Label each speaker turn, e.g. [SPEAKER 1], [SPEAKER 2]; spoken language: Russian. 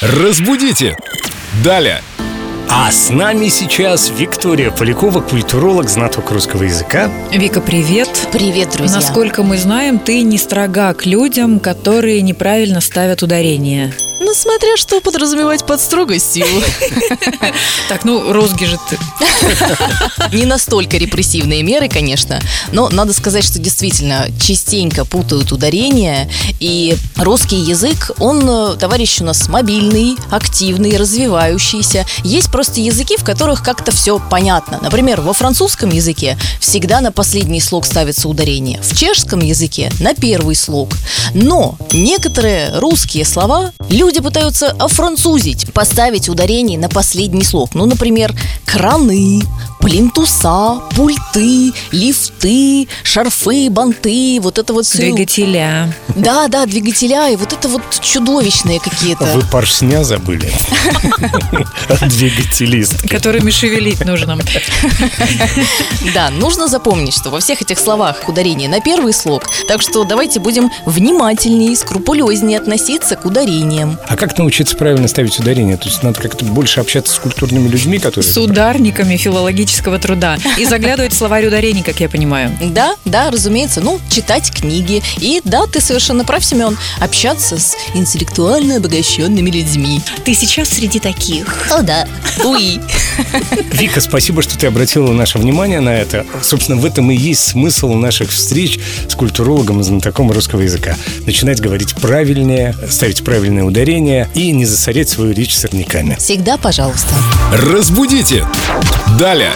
[SPEAKER 1] Разбудите! Далее!
[SPEAKER 2] А с нами сейчас Виктория Полякова, культуролог, знаток русского языка.
[SPEAKER 3] Вика, привет.
[SPEAKER 4] Привет, друзья.
[SPEAKER 3] Насколько мы знаем, ты не строга к людям, которые неправильно ставят ударение.
[SPEAKER 4] Ну, смотря что подразумевать под строгостью.
[SPEAKER 3] Так, ну, розги же ты.
[SPEAKER 4] Не настолько репрессивные меры, конечно, но надо сказать, что действительно частенько путают ударения, и русский язык, он, э, товарищ у нас, мобильный, активный, развивающийся. Есть просто языки, в которых как-то все понятно. Например, во французском языке всегда на последний слог ставится ударение, в чешском языке на первый слог. Но некоторые русские слова люди пытаются офранцузить, поставить ударение на последний слог. Ну, например, краны, плинтуса, пульты, лифты, шарфы, банты, вот это вот все.
[SPEAKER 3] Двигателя.
[SPEAKER 4] Да, да, двигателя, и вот это вот чудовищные какие-то.
[SPEAKER 2] Вы поршня забыли? От двигателистки.
[SPEAKER 3] Которыми шевелить нужно.
[SPEAKER 4] Да, нужно запомнить, что во всех этих словах ударение на первый слог, так что давайте будем внимательнее, скрупулезнее относиться к ударениям.
[SPEAKER 2] А как научиться правильно ставить ударение? То есть надо как-то больше общаться с культурными людьми, которые...
[SPEAKER 3] С ударниками филологического труда. И заглядывать в словарь ударений, как я понимаю.
[SPEAKER 4] Да, да, разумеется, ну, читать книги. И да, ты совершенно прав, Семен, общаться с интеллектуально обогащенными людьми.
[SPEAKER 3] Ты сейчас среди таких.
[SPEAKER 4] О, да. Уи.
[SPEAKER 2] Вика, спасибо, что ты обратила наше внимание на это. Собственно, в этом и есть смысл наших встреч с культурологом и знатоком русского языка. Начинать говорить правильнее, ставить правильные ударения и не засорять свою речь сорняками.
[SPEAKER 4] Всегда пожалуйста.
[SPEAKER 1] Разбудите! Далее!